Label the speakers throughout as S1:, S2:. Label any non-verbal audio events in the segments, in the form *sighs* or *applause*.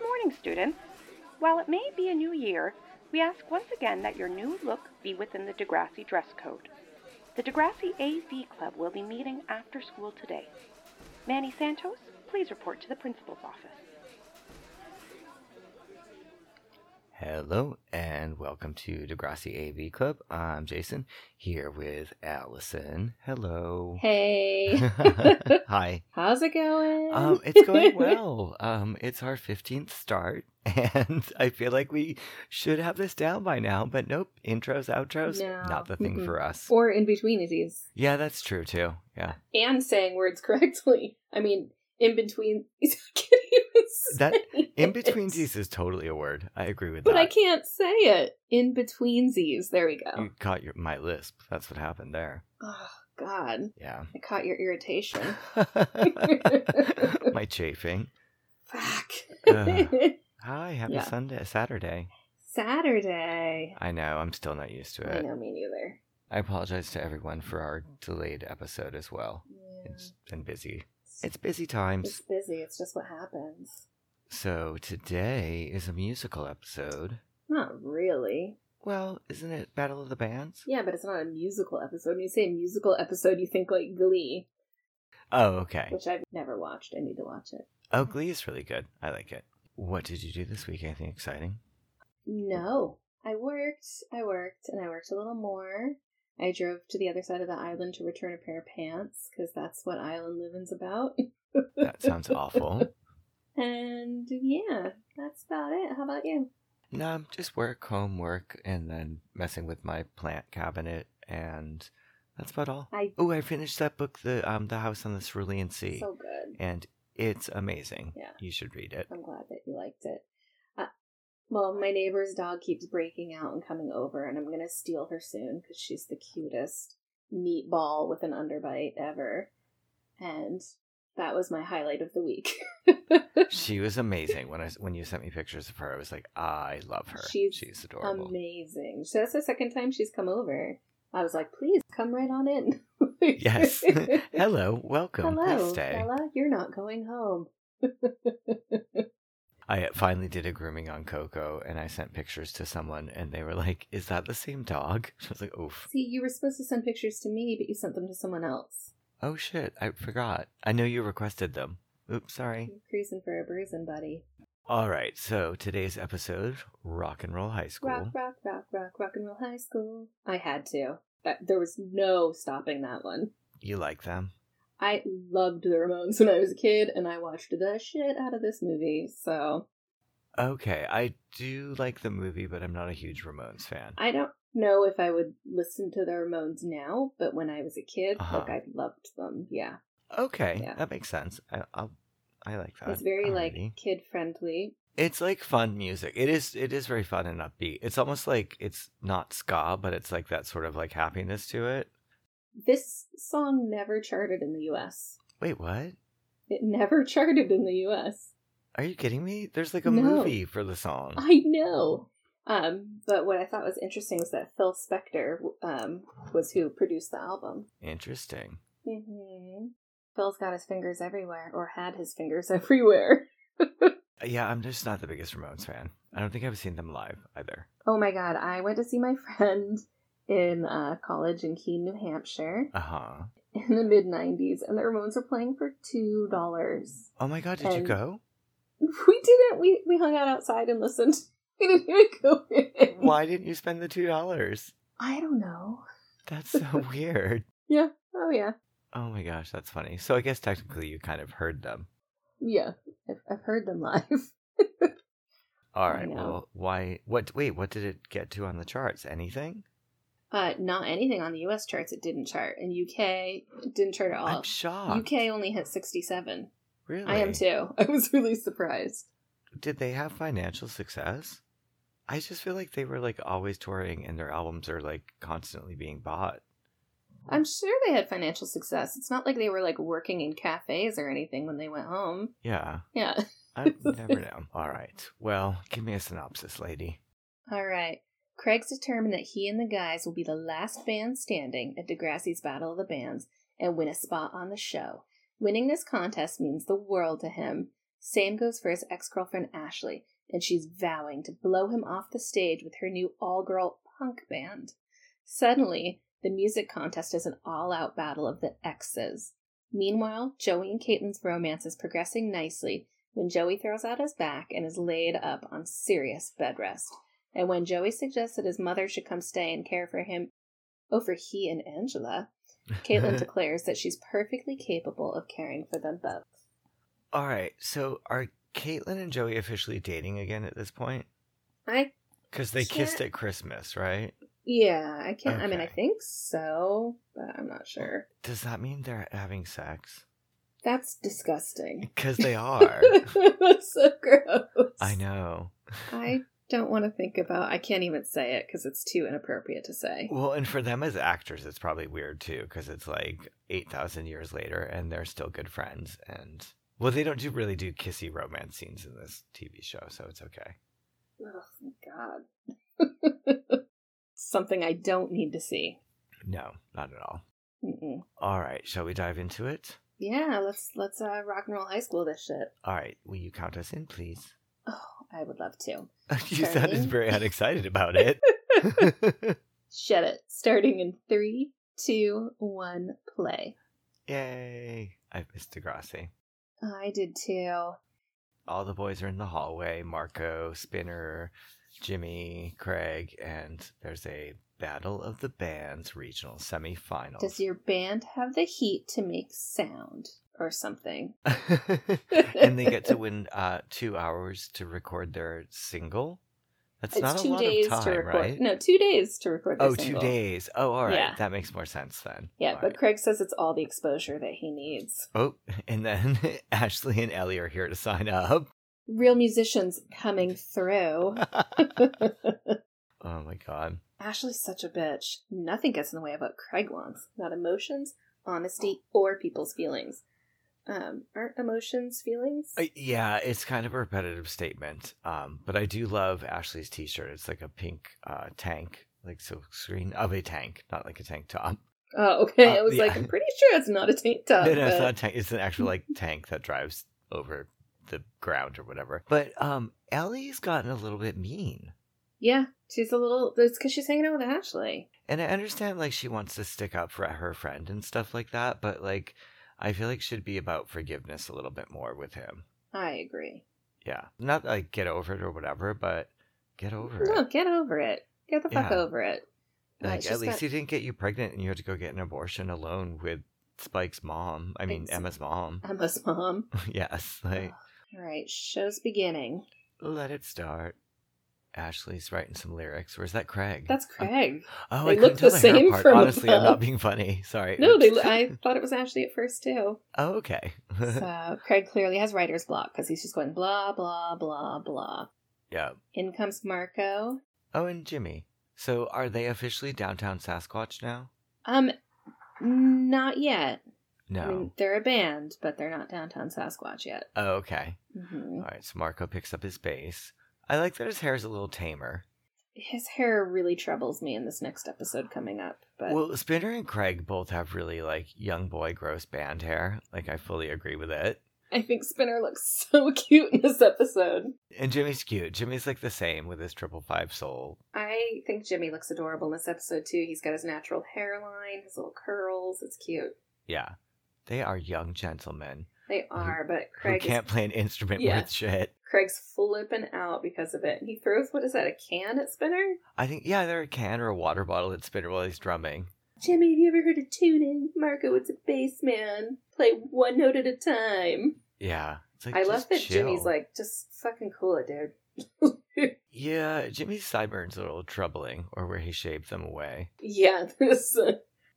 S1: morning, students. While it may be a new year, we ask once again that your new look be within the Degrassi dress code. The Degrassi AV Club will be meeting after school today. Manny Santos, please report to the principal's office.
S2: Hello and welcome to Degrassi AV Club. I'm Jason here with Allison. Hello.
S3: Hey,
S2: *laughs* Hi.
S3: how's it going?
S2: Um,
S3: *laughs*
S2: it's going well. Um, it's our 15th start, *laughs* and I feel like we should have this down by now, but nope. Intros, outros,
S3: No.
S2: not the thing
S3: Mm-mm.
S2: for us.
S3: or in betweensies,
S2: Yeah, that's true too. Yeah.
S3: and saying words *laughs* correctly. I mean, in between. *laughs* I can't even say
S2: That- In between
S3: it.
S2: these is totally a word. I agree with
S3: *laughs* but
S2: that.
S3: I can't say it. In betweensies. There we go.
S2: You caught your, my lisp. That's what happened there.
S3: Oh God,
S2: Yeah.
S3: I caught your
S2: *sighs*
S3: irritation.
S2: *laughs*
S3: *laughs*
S2: my chafing.
S3: Fuck.
S2: Ugh. Hi, happy
S3: Yeah.
S2: Sunday, Saturday.
S3: *laughs* Saturday.
S2: I know, I'm still not used to
S3: I
S2: it.
S3: know me neither.
S2: I apologize to everyone for our delayed episode as well.
S3: Yeah.
S2: It's been busy. It's busy times.
S3: It's busy. It's just what happens.
S2: So today is a musical episode.
S3: Not really.
S2: Well, isn't it Battle of the Bands?
S3: Yeah, but it's not a musical episode. When you say musical episode, you think like Glee,
S2: Oh, okay.
S3: which I've never watched. I need to watch it. *laughs*
S2: Oh, Glee is really good. I like it. What did you do this week? Anything exciting?
S3: No. I worked, I worked, and I worked a little more. I drove to the other side of the island to return a pair of pants because that's what island living's about.
S2: That
S3: *laughs*
S2: sounds awful.
S3: And yeah, that's about it. How about you?
S2: No, just work, home, work, and then messing with my plant cabinet, and that's about all.
S3: I
S2: Oh, I finished that book, the um, the House on the Cerulean Sea,
S3: so good.
S2: and it's amazing.
S3: Yeah.
S2: you should read it.
S3: I'm glad that you liked it. Uh, well, my neighbor's dog keeps breaking out and coming over, and I'm gonna steal her soon because she's the cutest meatball with an underbite ever. And that was my highlight of the week. *laughs*
S2: She was amazing when I when you sent me pictures of her. I was like, I love her.
S3: She's
S2: adorable.
S3: Amazing. So that's the second time she's come over. I was like, please come right on in. *laughs*
S2: Yes. *laughs* Hello, welcome. Please
S3: Hello,
S2: stay.
S3: Bella. You're not going home.
S2: I finally did a grooming on Coco, and I sent pictures to someone, and they were like, "Is that the same dog?" *laughs* I was like, "Oof."
S3: See, you were supposed to send pictures to me, but you sent them to someone else.
S2: Oh shit! I forgot. I know you requested them. Oops, sorry.
S3: You're cruising for a bruising, buddy.
S2: All right, so today's episode, Rock and Roll High School.
S3: Mm-hmm. Rock, rock, rock, rock, rock and roll high school. I had to. That, there was no stopping that one.
S2: You like them?
S3: I loved the Ramones when I was a kid, and I watched the shit out of this movie. So
S2: Okay, I do like the movie, but I'm not a huge Ramones fan.
S3: I don't know if I would listen to the Ramones now, but when I was a kid,
S2: Uh-huh.
S3: like I loved them. Yeah,
S2: Okay,
S3: Yeah.
S2: that makes sense. I, I'll, I like that.
S3: it's very
S2: Alrighty.
S3: like kid friendly.
S2: it's like fun music. It is. It is very fun and upbeat. It's almost like it's not ska, but it's like that sort of like happiness to it.
S3: This song never charted in the U.S.
S2: Wait, what?
S3: It never *laughs* charted in the U.S.
S2: Are you kidding me? There's like a
S3: No.
S2: movie for the song.
S3: I know. Um, but what I thought was interesting was that Phil Spector um, was who produced the album.
S2: Interesting.
S3: Mm-hmm. Phil's got his fingers everywhere, or had his fingers *laughs* everywhere.
S2: Yeah, I'm just not the biggest Ramones fan. I don't think I've seen them live either.
S3: Oh my god, I went to see my friend in uh, college in Keene, New Hampshire *laughs*
S2: Uh huh.
S3: in the mid 90s, and the Ramones were playing for $2.
S2: Oh my god, did you
S3: And-
S2: go?
S3: *laughs* We didn't, we, we hung out outside and listened. *laughs* We didn't even go in.
S2: Why didn't you spend the two dollars?
S3: I don't know.
S2: That's so *laughs* weird.
S3: Oh yeah.
S2: Oh my gosh, that's funny. So I guess technically you kind of heard them.
S3: Yeah, I've, I've heard them live.
S2: All
S3: I
S2: right.
S3: know.
S2: Well, why? What? Wait, what did it get to on the charts? Anything?
S3: Uh, not anything on the U.S. charts. It didn't chart in UK. It didn't chart at all.
S2: I'm shocked.
S3: UK only hit sixty-seven.
S2: Really?
S3: I am too. *laughs* I was really surprised.
S2: Did they have financial success? I just feel like they were like always touring, and their albums are like constantly being bought.
S3: I'm sure they had financial success. It's not like they were like working in cafes or anything when they went home.
S2: Yeah,
S3: Yeah. *laughs*
S2: I never know. All right. Well, give me a synopsis, lady.
S3: All right. Craig's determined that he and the guys will be the last band standing at Degrassi's Battle of the Bands and win a spot on the show. Winning this contest means the world to him. Sam goes for his ex girlfriend Ashley, and she's vowing to blow him off the stage with her new all girl punk band. Suddenly, the music contest is an all out battle of the exes. Meanwhile, Joey and Caitlin's romance is progressing nicely when Joey throws out his back and is laid up on serious bed rest. And when Joey suggests that his mother should come stay and care for him over he and Angela, Caitlin declares that she's perfectly capable of caring for them both.
S2: All right. So are Caitlyn and Joey officially dating again at this point?
S3: I
S2: Because they kissed
S3: Can't-
S2: at Christmas, right?
S3: yeah, I can't. I mean, I
S2: Okay.
S3: think so, but I'm not sure.
S2: Does that mean they're having sex?
S3: That's disgusting. *laughs*
S2: Because they are.
S3: That's so gross.
S2: I know.
S3: I don't want to think about. I can't even say it because it's too inappropriate to say.
S2: Well, and for them as actors, it's probably weird too, because it's like 8,000 years later and they're still good friends. And well, they don't do really do kissy romance scenes in this TV show, so it's okay.
S3: Oh my god. *laughs* Something I don't need to see.
S2: No, not at all.
S3: Mm-mm.
S2: All right. Shall we dive into it?
S3: Yeah, let's let's uh, rock and roll high school this shit.
S2: All right. Will you count us in, please? *laughs*
S3: Oh, I would love to.
S2: you sounded
S3: Starting.
S2: very unexcited about it. *laughs*
S3: Shut it. Starting in three, two, one, play.
S2: Yay. I've missed Degrassi.
S3: I did too.
S2: all the boys are in the hallway Marco, Spinner, Jimmy, Craig, and there's a Battle of the Bands regional semifinals.
S3: Does your band have the heat to make sound or something?
S2: *laughs* and they
S3: *laughs*
S2: get to win uh, two hours to record their single. That's not a lot of time,
S3: to record.
S2: right?
S3: No, two days to record. their
S2: oh, two
S3: single.
S2: days. Oh, all right.
S3: Yeah.
S2: That makes more sense then.
S3: Yeah,
S2: All
S3: but
S2: right.
S3: Craig says it's all the exposure that he needs.
S2: Oh, *laughs* and then Ashley and Ellie are here to sign up. *laughs*
S3: Real musicians coming through.
S2: oh my god.
S3: Ashley's such a bitch. Nothing gets in the way of what Craig wants. Not emotions, honesty, or people's feelings. Um, aren't emotions feelings?
S2: Uh, Yeah, it's kind of a repetitive statement. Um, but I do love Ashley's t-shirt. It's like a pink uh, tank, like silk screen of a tank, not like a tank top. *laughs*
S3: oh, okay.
S2: uh,
S3: I was
S2: yeah.
S3: like, I'm pretty sure it's not a
S2: *laughs*
S3: tank top.
S2: no, no, it's
S3: but-
S2: not a tank. It's an actual like tank that drives over the ground or whatever. But um, Ellie's gotten a little bit mean,
S3: Yeah, she's a little. It's because she's hanging out with Ashley.
S2: and I understand like she wants to stick up for her friend and stuff like that. But like, I feel like should be about forgiveness a little bit more with him.
S3: I agree.
S2: Yeah, not like get over it or whatever, but get over it.
S3: No, get over it. Get the fuck
S2: Yeah.
S3: over it. Uh,
S2: Like,
S3: it's
S2: at
S3: just
S2: least
S3: that-
S2: he didn't get you pregnant and you had to go get an abortion alone with Spike's mom. I mean,
S3: Ex-
S2: Emma's
S3: *laughs*
S2: mom. *laughs*
S3: Emma's mom.
S2: yes. Like,
S3: All right, show's beginning.
S2: let it start. Ashley's writing some lyrics. Where's that Craig?
S3: That's Craig.
S2: oh,
S3: they
S2: I couldn't
S3: look
S2: tell
S3: the
S2: hair
S3: same
S2: apart.
S3: from
S2: Honestly, I'm not
S3: above.
S2: being funny. Sorry.
S3: No, they,
S2: Oops. *laughs*
S3: I thought it was Ashley at first too.
S2: Oh, okay.
S3: So Craig clearly has writer's block because he's just going blah blah blah blah.
S2: *laughs* yeah.
S3: In comes Marco.
S2: Oh, and Jimmy. So, are they officially downtown Sasquatch now?
S3: Um, not yet.
S2: No.
S3: I mean, they're a band, but they're not downtown Sasquatch yet.
S2: oh, okay.
S3: hmm
S2: All right. So Marco picks up his bass. I like that his hair is a little tamer.
S3: His hair really troubles me in this next episode coming up. But
S2: Well, Spinner and Craig both have really like young boy gross band hair. Like I fully agree with it.
S3: I think Spinner looks *laughs* so cute in this episode.
S2: And Jimmy's cute. Jimmy's like the same with his triple five soul.
S3: I think Jimmy looks adorable in this episode too. He's got his natural hairline, his little curls. It's cute.
S2: Yeah. They are young gentlemen
S3: They are, but Craig
S2: who can't
S3: is,
S2: play an instrument
S3: Yeah.
S2: worth shit.
S3: Craig's flipping out because of it. He throws what is that a can at Spinner?
S2: I think yeah, they're a can or a water bottle at Spinner while he's drumming.
S3: Jimmy, have you ever heard of tuning? Marco, it's a bass man. Play one note at a time.
S2: Yeah. It's like,
S3: I
S2: just
S3: love that
S2: chill.
S3: Jimmy's like, just fucking cool it, dude. *laughs*
S2: Yeah, Jimmy's sideburns are a little troubling, or where he shaved them away.
S3: Yeah, there's uh,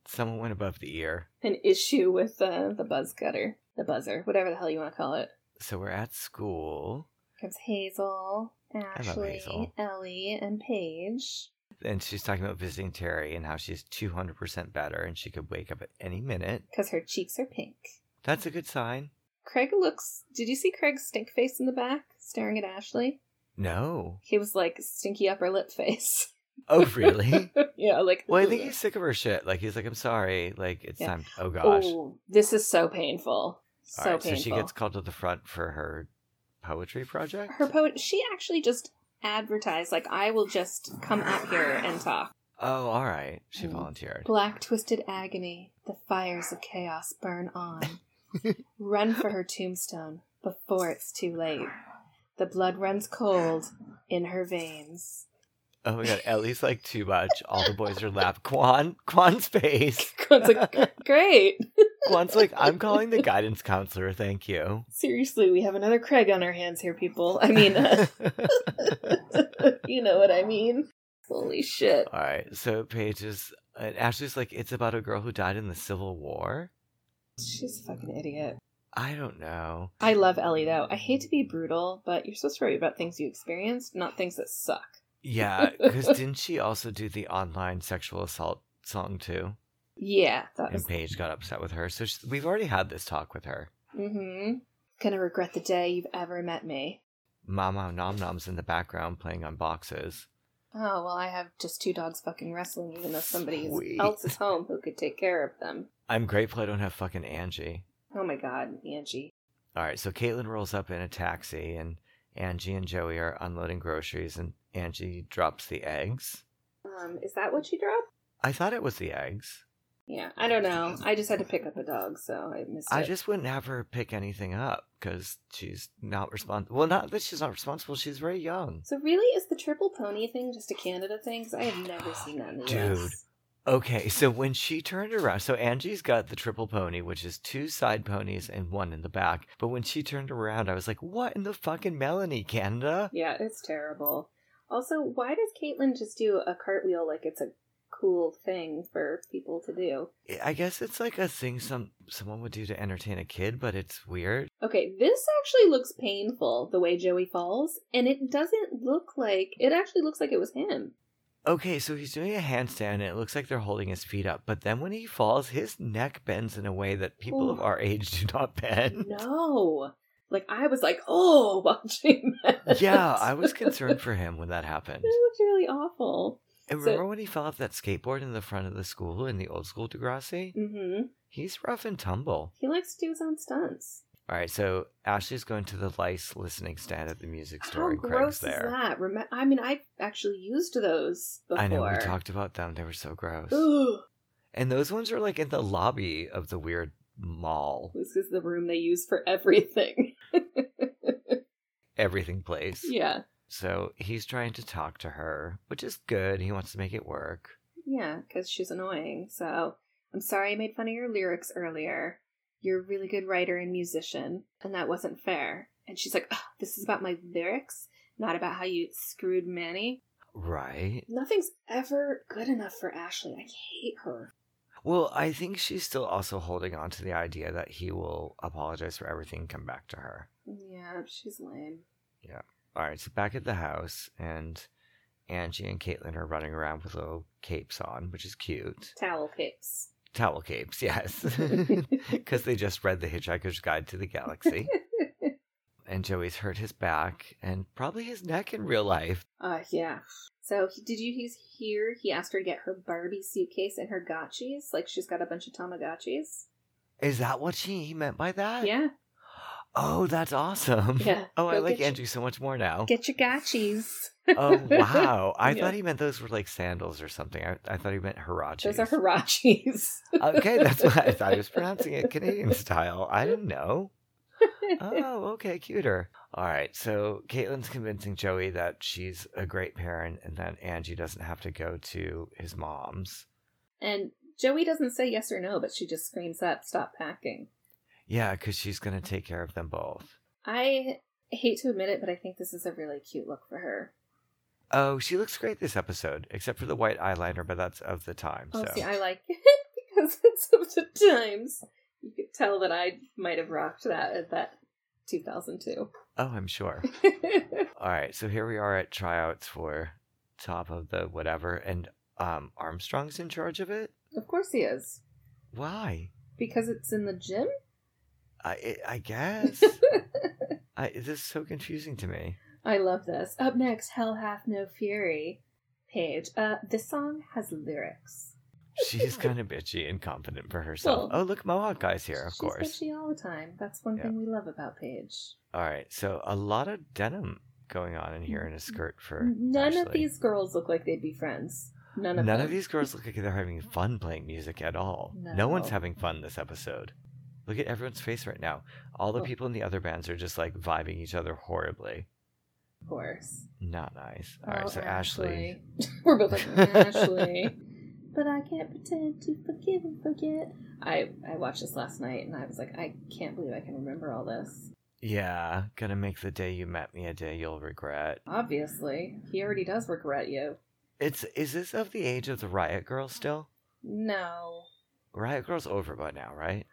S2: Someone went above the ear.
S3: an issue with uh, the buzz cutter, the buzzer, whatever the hell you want to call it.
S2: So we're at school.
S3: Comes Hazel,
S2: love
S3: Ashley,
S2: Hazel.
S3: Ellie, and Paige.
S2: and she's talking about visiting Terry and how she's 200% better and she could wake up at any minute.
S3: Because her cheeks are pink.
S2: That's a good sign.
S3: Craig looks. Did you see Craig's stink face in the back, staring at Ashley?
S2: No.
S3: He was like stinky upper lip face. *laughs*
S2: Oh, really?
S3: yeah, like.
S2: well, I think
S3: "Ugh."
S2: he's sick of her shit. Like, he's like, I'm sorry. Like, it's
S3: Yeah.
S2: time. Oh, gosh.
S3: Oh, this is so painful. So
S2: All right,
S3: painful.
S2: so she gets called to the front for her poetry project?
S3: Her poet, she actually just advertised, like, I will just come up here and talk.
S2: oh, all right. She
S3: Mm.
S2: volunteered.
S3: Black twisted agony, the fires of chaos burn on. Run for her tombstone before it's too late. The blood runs cold in her veins.
S2: Oh my god, Ellie's like too much. All the boys are lap. Quan, Quan's face.
S3: It's like, great.
S2: Quan's like, I'm calling
S3: *laughs*
S2: the guidance counselor. Thank you.
S3: Seriously, we have another Craig on our hands here, people. I mean, *laughs* uh,
S2: *laughs*
S3: you know what I mean. Holy shit.
S2: All right. So Paige is and Ashley's like, it's about a girl who died in the Civil War.
S3: She's a fucking idiot.
S2: I don't know.
S3: I love Ellie, though. I hate to be brutal, but you're supposed to write about things you experienced, not things that suck.
S2: Yeah, because didn't she also do the online sexual assault song too?
S3: Yeah, that was.
S2: And Paige got upset with her. So she, we've already had this talk with her.
S3: Mm hmm. Gonna regret the day you've ever met me.
S2: Mama Nom Nom's in the background playing on boxes.
S3: Oh, well, I have just two dogs fucking wrestling, even though somebody
S2: Sweet.
S3: else is home who could take care of them.
S2: I'm grateful I don't have fucking Angie.
S3: Oh my god, Angie.
S2: All right, so Caitlin rolls up in a taxi, and Angie and Joey are unloading groceries, and Angie drops the eggs.
S3: Um, is that what she dropped?
S2: I thought it was the eggs.
S3: Yeah, I don't know. I just had to pick up a dog, so I missed
S2: I
S3: it.
S2: just wouldn't have her pick anything up because she's not responsible. Well, not that she's not responsible, she's very young.
S3: So really, is the triple pony thing just a Canada thing? 'Cause I have never seen that in the
S2: Dude.
S3: US.
S2: Okay, so when she turned around, so Angie's got the triple pony, which is two side ponies and one in the back. But when she turned around, I was like, what in the fucking Melanie, Canada?
S3: Yeah, it's terrible. Also, why does Caitlyn just do a cartwheel like it's a cool thing for people to do?
S2: I guess it's like a thing some someone would do to entertain a kid, but it's weird.
S3: Okay, this actually looks painful the way Joey falls, and it doesn't look like it actually looks like it was him.
S2: Okay, so he's doing a handstand and it looks like they're holding his feet up, but then when he falls, his neck bends in a way that people of
S3: Ooh.
S2: our age do not bend.
S3: No, like I was like, oh, *laughs* watching that.
S2: yeah, I
S3: *laughs*
S2: was concerned for him when that happened.
S3: It looked really awful.
S2: And
S3: So-
S2: remember when he fell off that skateboard in the front of the school in the old school Degrassi?
S3: Mm-hmm.
S2: He's rough and tumble.
S3: He likes to do his own stunts.
S2: All right, so Ashley's going to the lice listening stand at the music store,
S3: How
S2: and Craig's
S3: gross is
S2: there.
S3: that? Rem- I mean, I actually used those before.
S2: I know we talked about them; they were so gross.
S3: Ugh,
S2: And those ones are like in the lobby of the weird mall,
S3: *gasps* this is the room they use for everything. *laughs*
S2: everything place.
S3: yeah,
S2: So he's trying to talk to her, which is good. He wants to make it work.
S3: yeah, because she's annoying. So I'm sorry I made fun of your lyrics earlier. You're a really good writer and musician, and that wasn't fair. And she's like, Ugh, "This is about my lyrics, not about how you screwed Manny."
S2: Right.
S3: Nothing's ever good enough for Ashley. I hate her.
S2: Well, I think she's still also holding on to the idea that he will apologize for everything and come back to her.
S3: Yeah, she's lame.
S2: All right, so back at the house, and Angie and Caitlin are running around with little capes on, which is cute.
S3: Towel capes.
S2: Towel capes, *laughs* yes. Because they just read The Hitchhiker's Guide to the
S3: *laughs*
S2: Galaxy. and Joey's hurt his back and probably his neck in real life.
S3: *laughs* Uh, yeah. So he- did you he's hear he asked her to get her Barbie suitcase and her gotchis? Like she's got a bunch of Tamagotchis.
S2: Is that what she he meant by that?
S3: Yeah,
S2: Oh, that's awesome.
S3: yeah.
S2: Oh, I
S3: Go
S2: like
S3: get
S2: Angie so much more now.
S3: Your, get your gotchis. *laughs*
S2: Oh wow! I
S3: Yeah.
S2: thought he meant those were like sandals or something. I, I thought he meant
S3: Those
S2: hirachis.
S3: are hirachis.
S2: *laughs* okay, that's why
S3: *laughs*
S2: I thought he was pronouncing it Canadian style. I didn't know. Oh, okay, cuter. All right, so Caitlin's convincing Joey that she's a great parent and that Angie doesn't have to go to his mom's.
S3: and Joey doesn't say yes or no, but she just screams up, "Stop packing."
S2: Yeah, because she's gonna take care of them both.
S3: I hate to admit it, but I think this is a really cute look for her.
S2: Oh, she looks great this episode, except for the white eyeliner, but that's of the time.
S3: Oh,
S2: so
S3: see, I like *laughs* it because it's of the times. You could tell that I might have rocked that at that 2002.
S2: oh, I'm sure. All right, so here we are at tryouts for top of the whatever, and um, Armstrong's in charge of it.
S3: *laughs* of course he is.
S2: Why?
S3: Because it's in the gym?
S2: I I- I
S3: *laughs*
S2: guess. I, this is so confusing to me.
S3: I love this. Up next, Hell Hath No Fury. Page. Uh, this song has lyrics.
S2: She's kind of bitchy and confident for herself.
S3: Well,
S2: oh, look, Mohawk guy's here, of
S3: She's
S2: course.
S3: bitchy all the time. That's one
S2: Yeah.
S3: thing we love about Paige.
S2: All right, so a lot of denim going on in here in a skirt for
S3: None of
S2: Ashley.
S3: these girls look like they'd be friends. None of
S2: None
S3: them.
S2: of these girls look like they're having fun playing music at all. No. one's
S3: No.
S2: having fun this episode. Look at everyone's face right now. All the
S3: Oh.
S2: people in the other bands are just like vibing each other horribly.
S3: of course.
S2: Not nice. All right,
S3: Oh,
S2: so Ashley.
S3: Ashley. *laughs* We're both like "Mm,
S2: *laughs*
S3: Ashley. But I can't pretend to forgive and forget. I I watched this last night and I was like, I can't believe I can remember all this.
S2: Yeah, gonna make the day you met me a day you'll regret.
S3: Obviously, he already does regret you.
S2: It's is this of the age of the Riot Girl still?
S3: No.
S2: Riot Girl's over by now, right?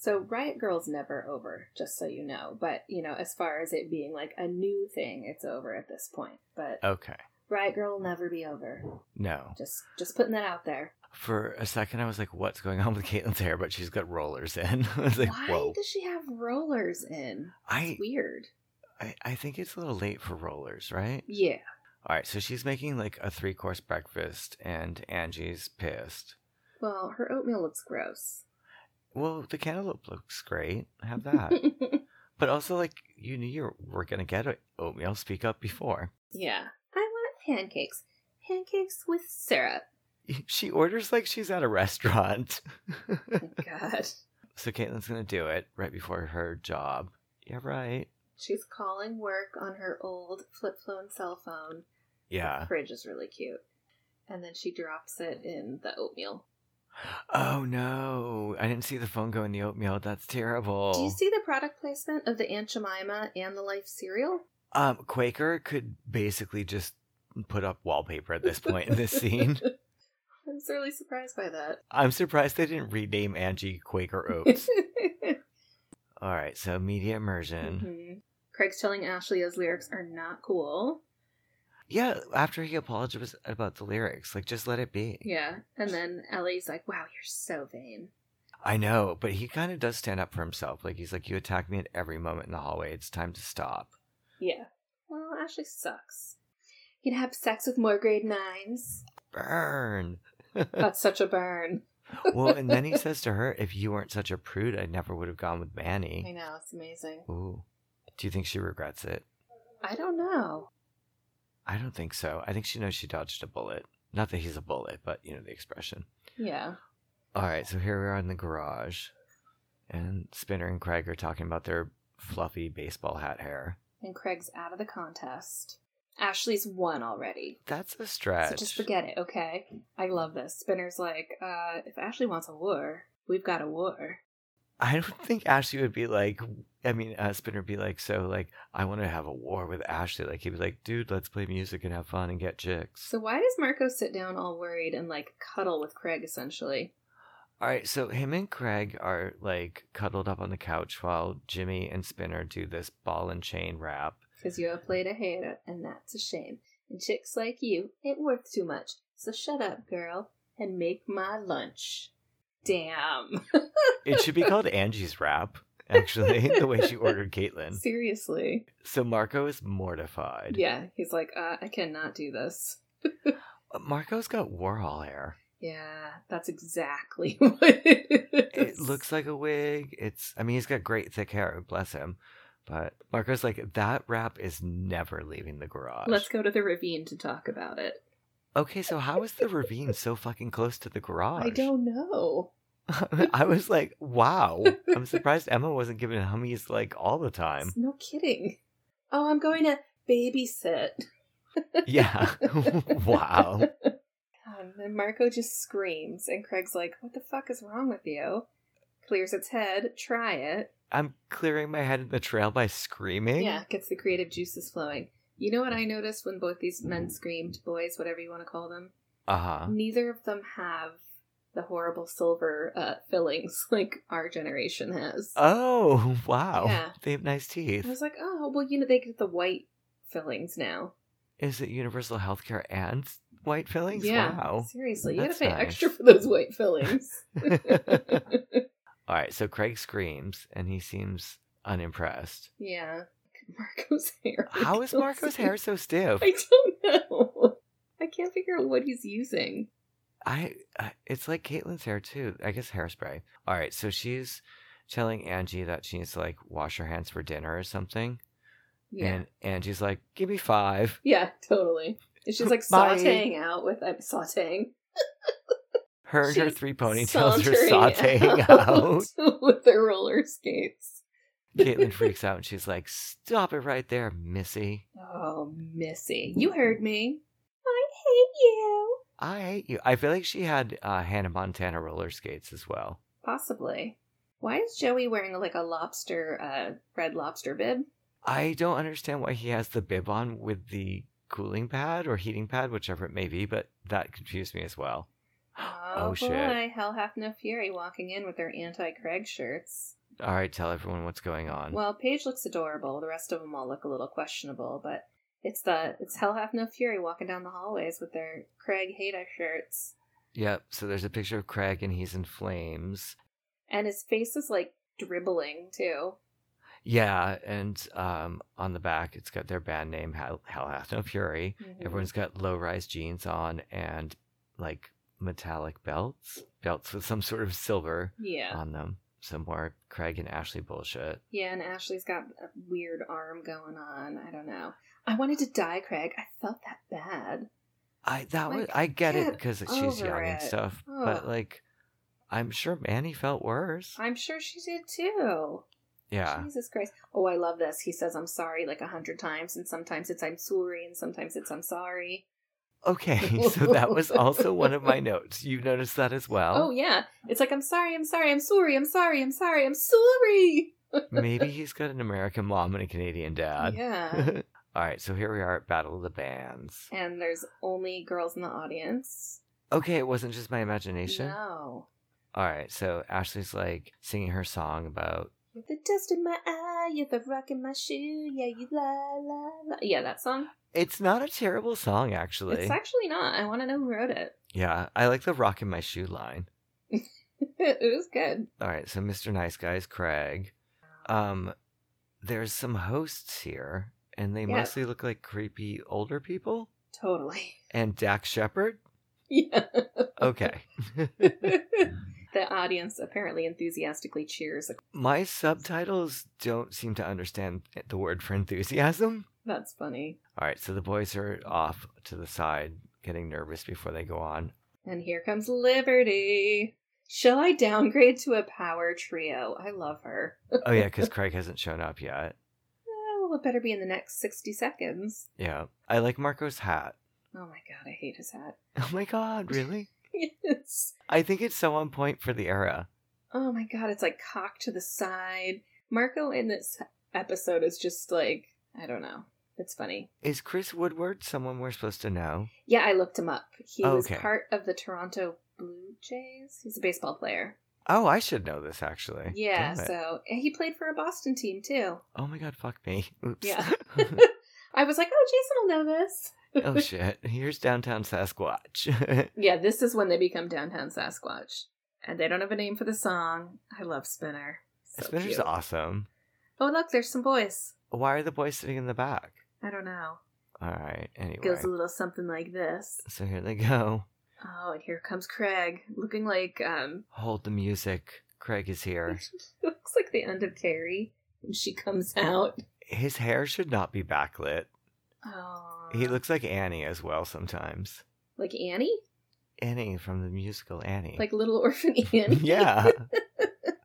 S3: So Riot Girl's never over, just so you know. But you know, as far as it being like a new thing, it's over at this point. But
S2: Okay.
S3: Riot Girl will never be over.
S2: No.
S3: Just just putting that out there.
S2: For a second I was like, what's going on with Caitlin's hair? But she's got rollers in. *laughs* I was like,
S3: Why
S2: whoa.
S3: does she have rollers in?
S2: I,
S3: It's weird.
S2: I I think it's a little late for rollers, right?
S3: Yeah.
S2: All right, so she's making like a three course breakfast, and Angie's pissed.
S3: Well, her oatmeal looks gross.
S2: Well, the cantaloupe looks great. Have that. but also, like, you knew you were going to get a- oatmeal. Speak up before.
S3: *laughs*
S2: *laughs*
S3: yeah. I want pancakes. Pancakes with
S2: *laughs*
S3: syrup.
S2: She orders like she's at a restaurant. *laughs*
S3: God.
S2: so Caitlin's going to do it right before her job. Yeah, right.
S3: She's calling work on her old flip phone cell phone. The
S2: Yeah.
S3: fridge is really cute. And then she drops it in the oatmeal.
S2: Oh, no. I didn't see the phone go in the oatmeal. That's terrible.
S3: Do you see the product placement of the Aunt Jemima and the Life cereal?
S2: um, Quaker could basically just put up wallpaper at this point in this scene.
S3: *laughs* I was really surprised by that.
S2: I'm surprised they didn't rename Angie Quaker
S3: *laughs*
S2: Oats. All right, so media immersion.
S3: Mhm. Craig's telling Ashley his lyrics are not cool.
S2: Yeah, after he apologized about the lyrics, like just let it be.
S3: Yeah. And then Ellie's like, wow, you're so vain.
S2: I know, but he kind of does stand up for himself. Like he's like, you attack me at every moment in the hallway. It's time to stop.
S3: Yeah. Well, Ashley sucks. He'd have sex with more grade nines.
S2: Burn.
S3: That's such a burn.
S2: well, and
S3: *laughs*
S2: then he says to her, "If you weren't such a prude, I never would have gone with
S3: I
S2: Manny."
S3: know, it's amazing.
S2: Ooh, do you think she regrets it?
S3: I don't know.
S2: I don't think so. I think she knows she dodged a bullet. Not that he's a bullet, but you know the expression.
S3: Yeah.
S2: All right, so here we are in the garage, and Spinner and Craig are talking about their fluffy baseball hat hair.
S3: And Craig's out of the contest. Ashley's won already.
S2: That's a stretch.
S3: So just forget it, okay? I love this. Spinner's like, uh, if Ashley wants a war, we've got a war.
S2: I don't think Ashley would be like. I mean, uh, Spinner would be like, so like, I want to have a war with Ashley. Like he'd be like, dude, let's play music and have fun and get chicks.
S3: So why does Marco sit down all worried and like cuddle with Craig essentially?
S2: All right, so him and Craig are like cuddled up on the couch while Jimmy and Spinner do this ball and chain rap.
S3: Because you're a play to hate it, and that's a shame. And chicks like you ain't worth too much. So shut up, girl, and make my lunch. Damn.
S2: It
S3: *laughs*
S2: should be called Angie's rap, actually, the way she ordered
S3: *laughs*
S2: Caitlin.
S3: Seriously.
S2: So Marco is mortified.
S3: Yeah, he's like, uh, I cannot do this.
S2: Uh, Marco's got Warhol hair.
S3: Yeah, that's exactly *laughs* what it
S2: It
S3: is.
S2: looks like a wig. It's I mean he's got great thick hair, bless him. But Marco's like that wrap is never leaving the garage.
S3: Let's go to the ravine to talk about it.
S2: Okay, so how is the ravine so fucking close to the garage?
S3: I don't know.
S2: *laughs* I was like, wow.
S3: *laughs*
S2: I'm surprised Emma wasn't giving hummies like all the time.
S3: No kidding. Oh, I'm going to babysit. *laughs*
S2: Yeah. *laughs* wow.
S3: Um, and Marco just screams, and Craig's like, What the fuck is wrong with you? Clears its head, try it.
S2: I'm clearing my head in the trail by screaming.
S3: Yeah, gets the creative juices flowing. You know what I noticed when both these men screamed, boys, whatever you want to call them?
S2: Uh huh.
S3: Neither of them have the horrible silver uh, fillings *laughs* like our generation has.
S2: Oh, *laughs* wow.
S3: Yeah.
S2: They have nice teeth.
S3: I was like, Oh, well, you know, they get the white fillings now.
S2: Is it universal healthcare and white fillings?
S3: Yeah.
S2: Wow.
S3: Seriously, you gotta
S2: That's
S3: pay
S2: nice.
S3: extra for those white fillings.
S2: *laughs*
S3: *laughs*
S2: All right, so Craig screams and he seems
S3: *laughs*
S2: unimpressed.
S3: yeah. Marco's hair.
S2: How
S3: *laughs*
S2: is Marco's hair so stiff?
S3: I don't know. I can't figure out what he's using.
S2: I, I it's like Caitlyn's hair too. I guess hairspray. All right, so she's telling Angie that she needs to like wash her hands for dinner or something,
S3: Yeah.
S2: and Angie's like, "Give me five.
S3: yeah, totally. And she's like
S2: Bye.
S3: sauteing out with uh, sauteing.
S2: Her and her
S3: She's
S2: three ponytails are
S3: sauntering *laughs*
S2: sautéing out.
S3: with her roller skates.
S2: Caitlin freaks out and she's like, "Stop it right there, Missy!
S3: Oh, Missy, you heard me. I hate you.
S2: I hate you." I feel like she had uh, Hannah Montana roller skates as well.
S3: Possibly. Why is Joey wearing like a lobster, uh, red lobster bib?
S2: I don't understand why he has the bib on with the cooling pad or heating pad, whichever it may be, but that confused me as well.
S3: Oh,
S2: Oh,
S3: boy,
S2: shit.
S3: Hell Hath No Fury walking in with their anti Craig shirts.
S2: All right, tell everyone what's going on.
S3: Well, Paige looks adorable. The rest of them all look a little questionable, but it's the it's Hell Hath No Fury walking down the hallways with their Craig Hada shirts,
S2: yep, so there's a picture of Craig and he's in flames.
S3: and his face is like dribbling too.
S2: Yeah, and um, on the back, it's got their band name, Hell, Hell Hath No Fury.
S3: Mm.
S2: Everyone's got low rise jeans on and like metallic belts, belts with some sort of silver
S3: yeah,
S2: on them. Some more Craig and Ashley bullshit.
S3: yeah, and Ashley's got a weird arm going on. I don't know. I wanted to die, Craig. I felt that bad.
S2: I that
S3: Like,
S2: was I get it
S3: get
S2: because she's
S3: over
S2: young and
S3: it.
S2: stuff, but
S3: Ugh.
S2: like I'm sure Manny felt worse.
S3: I'm sure she did too.
S2: yeah,
S3: Jesus Christ. Oh, I love this. He says I'm sorry like a hundred times, and sometimes it's I'm sorry, and sometimes it's I'm sorry.
S2: okay. *laughs* So that was also one of my notes. You noticed that as
S3: *laughs* Oh
S2: well.
S3: yeah, it's like I'm sorry, I'm sorry, I'm sorry, I'm sorry, I'm sorry, I'm sorry.
S2: Maybe he's got an American mom and a Canadian dad. *laughs*
S3: Yeah.
S2: All right, so here we are at Battle of the Bands.
S3: and there's only girls in the audience.
S2: Okay, it wasn't just my imagination.
S3: No.
S2: All right, so Ashley's like singing her song about
S3: You're the dust in my eye, you're the rock in my shoe, yeah, you la la la. Yeah, that song.
S2: it's not a terrible song actually.
S3: It's actually not. I want to know who wrote it. *laughs*
S2: yeah, I like the rock in my shoe line.
S3: it was good.
S2: All right, so Mr. Nice Guy's Craig. Um, there's some hosts here, and they
S3: Yeah.
S2: mostly look like creepy older people.
S3: Totally. *laughs*
S2: And Dak Shepard.
S3: Yeah.
S2: Okay. *laughs*
S3: the audience apparently enthusiastically cheers.
S2: My subtitles don't seem to understand the word for enthusiasm.
S3: That's funny.
S2: All right, so the boys are off to the side, getting nervous before they go on.
S3: And here comes Liberty. Shall I downgrade to a power trio? I love her.
S2: Oh yeah, because Craig hasn't shown up yet.
S3: Well, it better be in the next 60 seconds.
S2: Yeah, I like Marco's hat. *laughs*
S3: Oh my god, I hate his hat. *laughs*
S2: Oh my god, really?
S3: Yes.
S2: I think it's so on point for the era.
S3: Oh my god, it's like cocked to the side. Marco in this episode is just like, I don't know. It's funny.
S2: Is Chris Woodward someone we're supposed to know?
S3: Yeah, I looked him up. He was
S2: Okay.
S3: part of the Toronto Blue Jays. He's a baseball player.
S2: Oh, I should know this actually.
S3: Yeah,
S2: Damn it.
S3: so and he played for a Boston team
S2: *laughs*
S3: too. *laughs*
S2: Oh my god, fuck me. *laughs* Oops.
S3: Yeah. I was like, oh, Jason will know this. *laughs*
S2: oh shit. Here's downtown Sasquatch. *laughs*
S3: Yeah, this is when they become Downtown Sasquatch. And they don't have a name for the song. I love Spinner. So
S2: Spinner's
S3: cute.
S2: awesome.
S3: Oh, look, there's some boys.
S2: Why are the boys sitting in the back?
S3: I don't know.
S2: All right. Anyway.
S3: It goes a little something like this.
S2: So here they go.
S3: Oh, and here comes Craig, looking like um, *laughs*
S2: Hold the music. Craig is here.
S3: looks like the end of Carrie when she comes out.
S2: His hair should not be backlit.
S3: Oh,
S2: He looks like Annie as well sometimes.
S3: like Annie,
S2: Annie from the musical Annie. *laughs*
S3: like Little Orphan *laughs* Annie.
S2: yeah.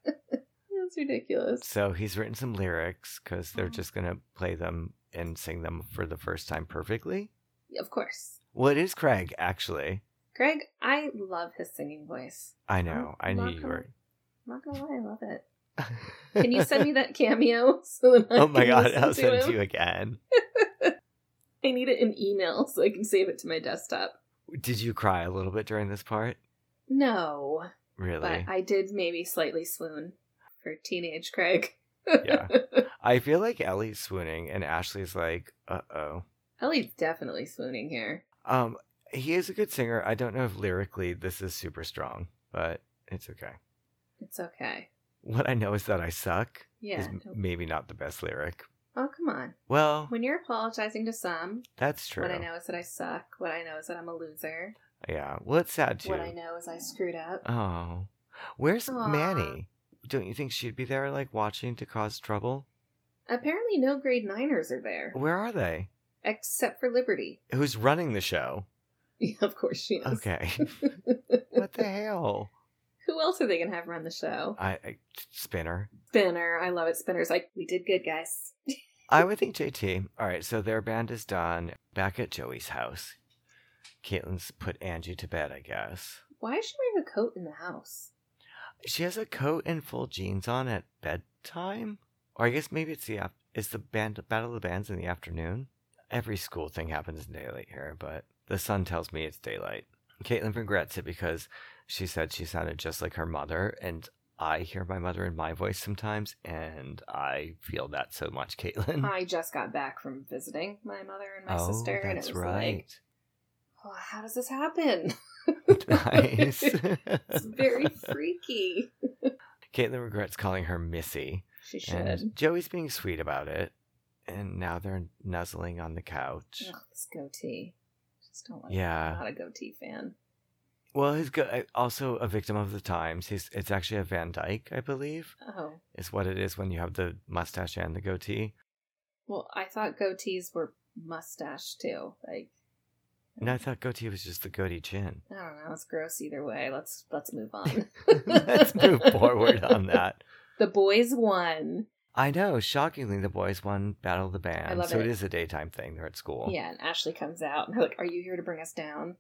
S3: that's ridiculous.
S2: So he's written some lyrics because they're
S3: Oh.
S2: just going to play them and sing them for the first time perfectly.
S3: Of course,
S2: Well, it is Craig, actually.
S3: Craig. I love his singing voice.
S2: I know. I knew you were.
S3: I'm not gonna lie, I love it.
S2: *laughs*
S3: Can you send me that cameo so that I
S2: oh my
S3: can
S2: god,
S3: listen
S2: I'll
S3: to
S2: send it
S3: him?
S2: to you again.
S3: I need it in email *laughs* so I can save it to my desktop.
S2: Did you cry a little bit during this part?
S3: No,
S2: Really?
S3: but I did maybe slightly swoon for teenage Craig.
S2: Yeah. I feel like Ellie's swooning and Ashley's like, uh oh.
S3: *laughs* Ellie's definitely swooning here.
S2: Um, he is a good singer. I don't know if lyrically this is super strong, but it's okay.
S3: It's okay.
S2: What I know is that I suck
S3: Yeah.
S2: is m-
S3: don't-
S2: maybe not the best lyric.
S3: Oh, come on.
S2: Well,
S3: When you're apologizing to some,
S2: that's true.
S3: what I know is that I suck. What I know is that I'm a loser.
S2: Yeah. Well, it's sad too.
S3: What I know is I screwed up.
S2: Oh, where's
S3: Aw.
S2: Manny? Don't you think she'd be there, like watching to cause trouble?
S3: Apparently, no grade niners are there,
S2: Where are they?
S3: except for Liberty. *laughs*
S2: Who's running the show?
S3: Yeah, of course she is.
S2: Okay. *laughs* what the hell?
S3: Who else are they gonna have run the show?
S2: I, I Spinner.
S3: Spinner. I love it. Spinner's like, we did good, guys.
S2: I would think JT. All right, so their band is done. Back at Joey's house, Caitlin's put Angie to bed. I guess
S3: Why is she wearing a coat in the house?
S2: she has a coat and full jeans on at bedtime, or I guess maybe it's the af- is the band battle of the bands in the afternoon. Every school thing happens in daylight here, but the sun tells me it's daylight. Caitlin regrets it because she said she sounded just like her mother, and I hear my mother in my voice sometimes, and I feel that so much, Caitlin.
S3: I just got back from visiting my mother and my
S2: oh,
S3: sister, and it
S2: that's
S3: was
S2: right. *laughs*
S3: like, oh, how does this happen? *laughs*
S2: nice.
S3: it's very freaky.
S2: *laughs* Caitlin regrets calling her Missy.
S3: She should.
S2: And Joey's being sweet about it. And now they're nuzzling on the couch.
S3: Ugh, this goatee. Just don't like. it. I'm
S2: Yeah.
S3: not a goatee fan.
S2: Well, he's go- eh, also a victim of the times. He's it's actually a Van Dyke, I believe,
S3: Oh
S2: is what it is when you have the mustache and the goatee.
S3: well, I thought goatees were mustache too. Like,
S2: And I thought goatee was just the goatee chin.
S3: *laughs* I don't know. It's gross either way. Let's let's move on.
S2: *laughs* Let's move forward on that.
S3: *laughs* The boys won.
S2: I know. Shockingly, the boys won Battle of the Band,
S3: love
S2: so
S3: it.
S2: it is a daytime thing. They're at school,
S3: Yeah, and Ashley comes out and they're like, "Are you here to bring us down?"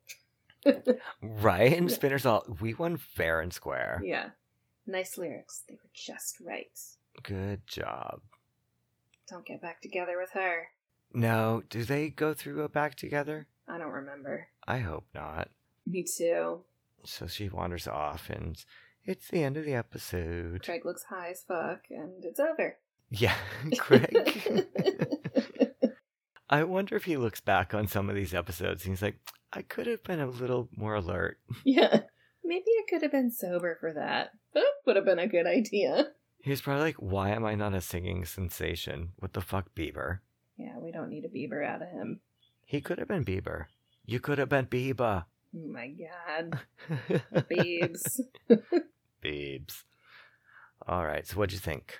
S2: right? And
S3: Yeah.
S2: Spinner's all, "We won fair and square.
S3: Yeah. Nice lyrics. They were just right.
S2: Good job."
S3: Don't get back together with her.
S2: No, do they go through a back together?
S3: I don't remember.
S2: I hope not.
S3: Me too.
S2: So she wanders off, and it's the end of the episode.
S3: Craig looks high as fuck, and it's over.
S2: *laughs*
S3: *laughs*
S2: Yeah, Craig. *laughs* I wonder if he looks back on some of these episodes and he's like, I could have been a little more alert.
S3: yeah. Maybe I could have been sober for that. That would have been a good idea.
S2: He's probably like, Why am I not a singing sensation? What the fuck, Bieber?
S3: Yeah, we don't need a beaver out of him.
S2: He could have been Bieber. You could have been Bieber.
S3: Oh my
S2: *laughs*
S3: god. Babes. it
S2: Biebs. All right, so what'd you think?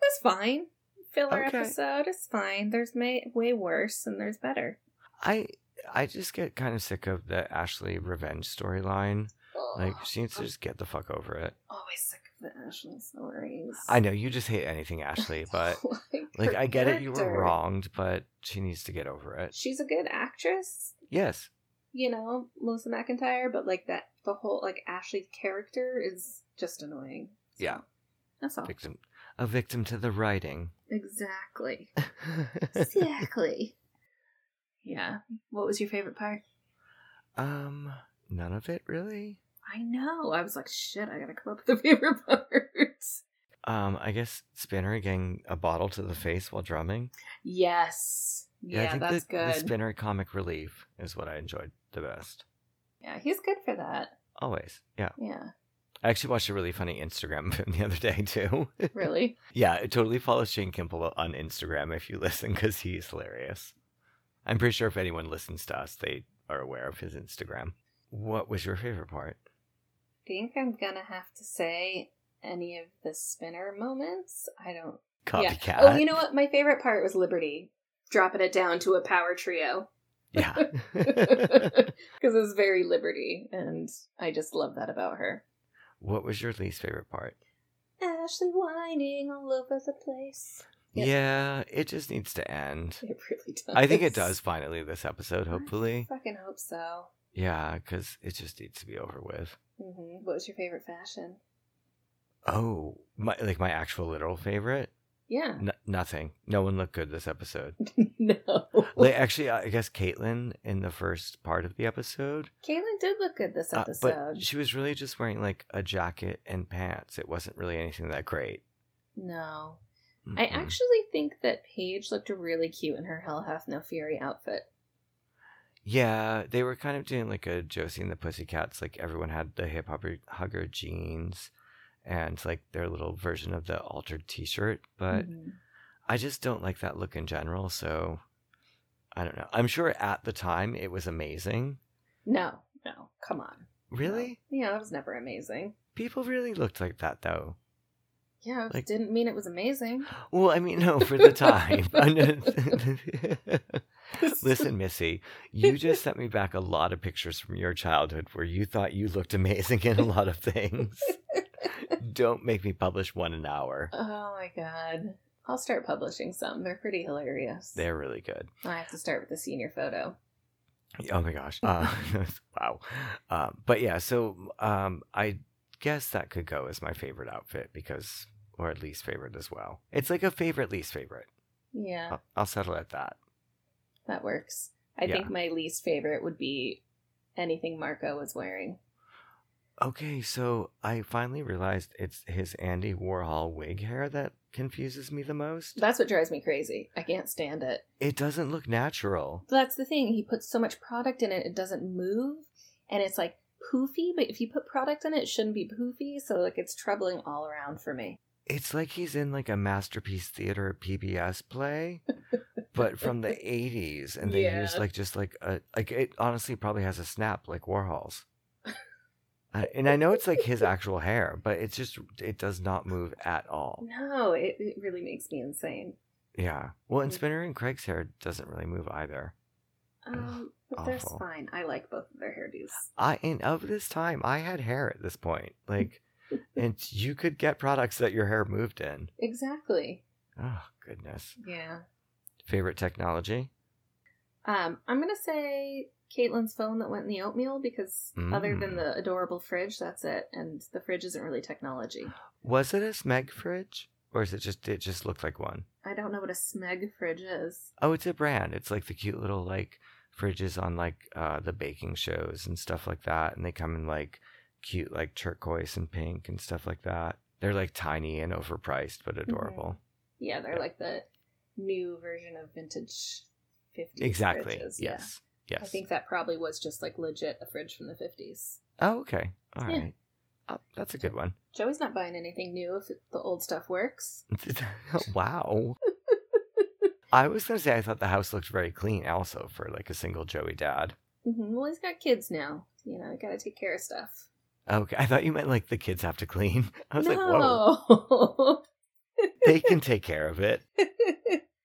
S3: was fine. Filler
S2: Okay.
S3: episode is fine. There's may- way worse and there's better.
S2: I I just get kind of sick of the Ashley revenge storyline. Like
S3: Ugh,
S2: she needs to just get the fuck over it.
S3: *gasps* always sick of the Ashley stories.
S2: I know you just hate anything Ashley,
S3: *laughs*
S2: but like
S3: her
S2: I get it you were
S3: character.
S2: wronged, but she needs to get over it.
S3: She's a good actress,
S2: Yes.
S3: you know, Melissa McIntyre, but like that the whole like Ashley character is just annoying. So,
S2: Yeah.
S3: That's all.
S2: Victim a victim to the
S3: *laughs*
S2: writing. *laughs*
S3: Exactly. Exactly. yeah. What was your favorite part?
S2: um none of it really.
S3: I know. I was like, shit, I gotta come up with a *laughs* favorite part.
S2: Um I guess Spinner getting a bottle to the face while drumming.
S3: yes. Yeah,
S2: I think
S3: that's
S2: the, the
S3: good.
S2: Spinner comic relief is what I enjoyed the best.
S3: yeah, he's good for that.
S2: Always. Yeah.
S3: Yeah.
S2: I actually watched a really funny Instagram *laughs* the other day too.
S3: Really?
S2: Yeah, I totally follow Shane Kimple on Instagram if you *laughs* listen, because he's hilarious. I'm pretty sure if anyone listens to us, they are aware of his Instagram. What was your favorite part?
S3: think I'm gonna have to say any of the spinner moments. I don't Yeah.
S2: Copycat.
S3: Oh, you know what? My favorite part was Liberty dropping it down to a power trio *laughs*
S2: Yeah. *laughs*
S3: because it's very Liberty, and I just love that about her.
S2: what was your least favorite part?
S3: Ashley whining all over the place. Yeah.
S2: Yeah, it just needs to end.
S3: It really does.
S2: I think it does finally this episode, hopefully.
S3: I fucking hope so.
S2: Yeah, because it just needs to be over with.
S3: hmm What was your favorite fashion?
S2: Oh, my like my actual literal favorite?
S3: Yeah. *laughs*
S2: N- nothing. No one looked good this episode.
S3: no.
S2: like actually i guess caitlin in the first part of the episode,
S3: Caitlin did look good this
S2: uh,
S3: episode.
S2: but she was really just wearing like a jacket and pants it wasn't really anything that great
S3: no. I
S2: Mm-mm.
S3: actually think that Paige looked really cute in her Hell Hath No Fury outfit.
S2: yeah they were kind of doing like a josie and the pussycats like everyone had the hip hop hugger jeans and like their little version of the altered t-shirt but
S3: Mhm.
S2: i just don't like that look in general so i don't know i'm sure at the time it was amazing
S3: No, No, come on.
S2: Really?
S3: No. Yeah, I was never amazing.
S2: People really looked like that though.
S3: Yeah, it
S2: Like-
S3: didn't mean it was amazing. *laughs*
S2: Well, I mean, *laughs* no, for the time. *gasps* *laughs* Listen, Missy, you just sent me back a lot of pictures from your childhood where you thought you looked amazing in a lot of things. Don't make me publish one an hour.
S3: Oh my god. I'll start publishing some. They're pretty hilarious.
S2: They're really good.
S3: I have to start with the senior photo.
S2: Oh my gosh. Uh, *laughs* wow. Um, but yeah, so um, I guess that could go as my favorite outfit because, or at least favorite as well. It's like a favorite, least favorite.
S3: Yeah,
S2: I'll, I'll settle at that.
S3: that works. I
S2: Uh, Yeah.
S3: think my least favorite would be anything Marco was wearing.
S2: Okay, so I finally realized it's his Andy Warhol wig hair that confuses me the most.
S3: That's what drives me crazy. I can't stand it.
S2: It doesn't look natural.
S3: That's the thing. He puts so much product in it, it doesn't move. And it's like poofy, but if you put product in it, it shouldn't be poofy. So, like, it's troubling all around for me.
S2: It's like he's in like a masterpiece theater PBS play, but from the 80s and they
S3: Yeah.
S2: use like just like a like it honestly probably has a snap like Warhol's. Uh, and I know it's like his actual hair, but it's just it does not move at all.
S3: No, it, it really makes me insane.
S2: Yeah. Well, and
S3: Mm.
S2: Spinner and Craig's hair doesn't really move either.
S3: Um, but that's
S2: awful.
S3: fine. I like both of their hairdos.
S2: I and of this time I had hair at this point. Like and you could get products that your hair moved in.
S3: Exactly.
S2: Oh goodness.
S3: Yeah.
S2: Favorite technology?
S3: Um, I'm gonna say Caitlin's phone that went in the oatmeal because other than
S2: Mm.
S3: the adorable fridge, that's it. And the fridge isn't really technology.
S2: Was it a Smeg fridge? Or is it just it just looked like one?
S3: I don't know what a smeg fridge is.
S2: Oh, it's a brand. It's like the cute little like fridges on like uh the baking shows and stuff like that. And they come in like cute like turquoise and pink and stuff like that. They're like tiny and overpriced but
S3: Mm-hmm.
S2: adorable.
S3: Yeah, they're
S2: Yeah.
S3: like the new version of vintage 50s.
S2: Exactly.
S3: fridges, yeah.
S2: yes. Yes.
S3: I think that probably was just like legit a fridge from the 50s.
S2: Oh, okay. All right.
S3: Yeah.
S2: Oh, that's a good one.
S3: Joey's not buying anything new if the old stuff works.
S2: *laughs* wow. I was gonna say I thought the house looked very clean, also for like a single Joey dad.
S3: hmm Well, he's got kids now. You know, you gotta take care of stuff.
S2: Okay, I thought you meant like the kids have to clean. *laughs* I was like, whoa,
S3: no.
S2: they can take care of it.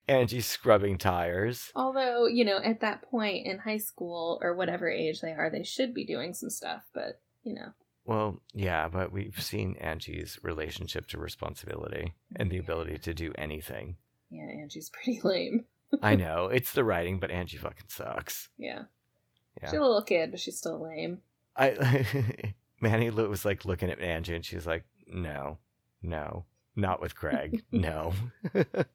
S2: Angie's scrubbing tires.
S3: *laughs* Although, you know, at that point in high school or whatever age they are, they should be doing some stuff, but, you know.
S2: Well, yeah, but we've seen Angie's relationship to responsibility and the ability to do anything.
S3: Yeah, Angie's *laughs* pretty lame.
S2: I know it's the writing, but Angie fucking sucks.
S3: Yeah.
S2: Yeah.
S3: She's a little kid, but she's still lame.
S2: I *laughs* Manny lo- was like looking at Angie and she's like, no, no, not with
S3: *laughs*
S2: Craig, no. *laughs*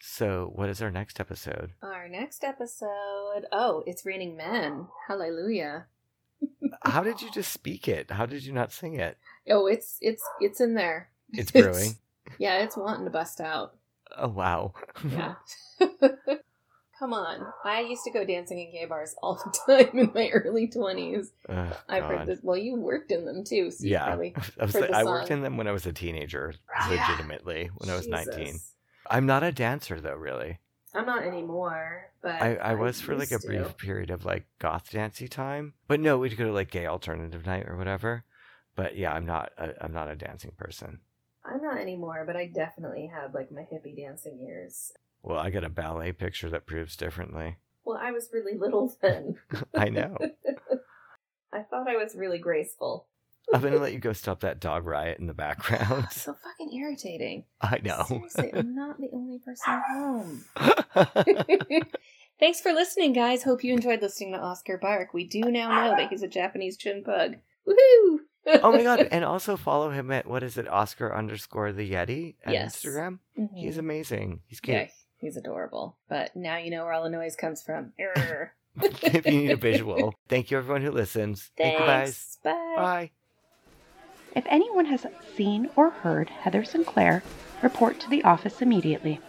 S2: so, what is our next episode?
S3: Our next episode. Oh, it's raining men. Hallelujah.
S2: How did you just speak it? How did you not sing it?
S3: Oh, it's it's it's in there. *laughs*
S2: It's brewing.
S3: yeah, it's wanting to bust
S2: *laughs*
S3: out.
S2: Oh, wow.
S3: Yeah. *laughs* Come on. I used to go dancing in gay bars all the *laughs* time in my early 20s.
S2: Ugh,
S3: I've heard
S2: God.
S3: this. Well, you worked in them too, so you
S2: Yeah.
S3: probably
S2: *laughs* I, was
S3: heard
S2: like-
S3: the
S2: I worked
S3: song.
S2: in them when I was a teenager,
S3: Yeah.
S2: legitimately, when I was 19.
S3: Jesus.
S2: I'm not a dancer, though, really.
S3: I'm not anymore, but
S2: I, I was for like a
S3: used to.
S2: brief period of like goth dancey time, but no, we'd go to like gay alternative night or whatever. But yeah, I'm not a, I'm not a dancing person.
S3: I'm not anymore, but I definitely had like my hippie dancing years.
S2: Well, I got a ballet picture that proves differently.
S3: Well, I was really little *laughs* then.
S2: *laughs* I know.
S3: *laughs* I thought I was really
S2: *laughs*
S3: graceful.
S2: I'm gonna let you go stop that dog riot in the background.
S3: *laughs*
S2: *laughs*
S3: so fucking irritating.
S2: I know. *laughs*
S3: Seriously, I'm not the only person home. *laughs* Thanks for listening, guys. Hope you enjoyed listening to Oscar bark. We do now know that he's a Japanese chin pug. Woohoo!
S2: oh my
S3: *laughs*
S2: god! And also follow him at what is it? Oscar underscore the Yeti at
S3: Yes.
S2: Instagram.
S3: Mhm.
S2: He's amazing. He's cute.
S3: yeah, he's adorable. But now you know where all the noise comes from. Err.
S2: *laughs* if you need a visual. Thank you, everyone who listens. Thank you, guys.
S3: Thanks. Bye.
S2: Bye.
S1: If anyone has seen or heard Heather Sinclair, report to the office immediately.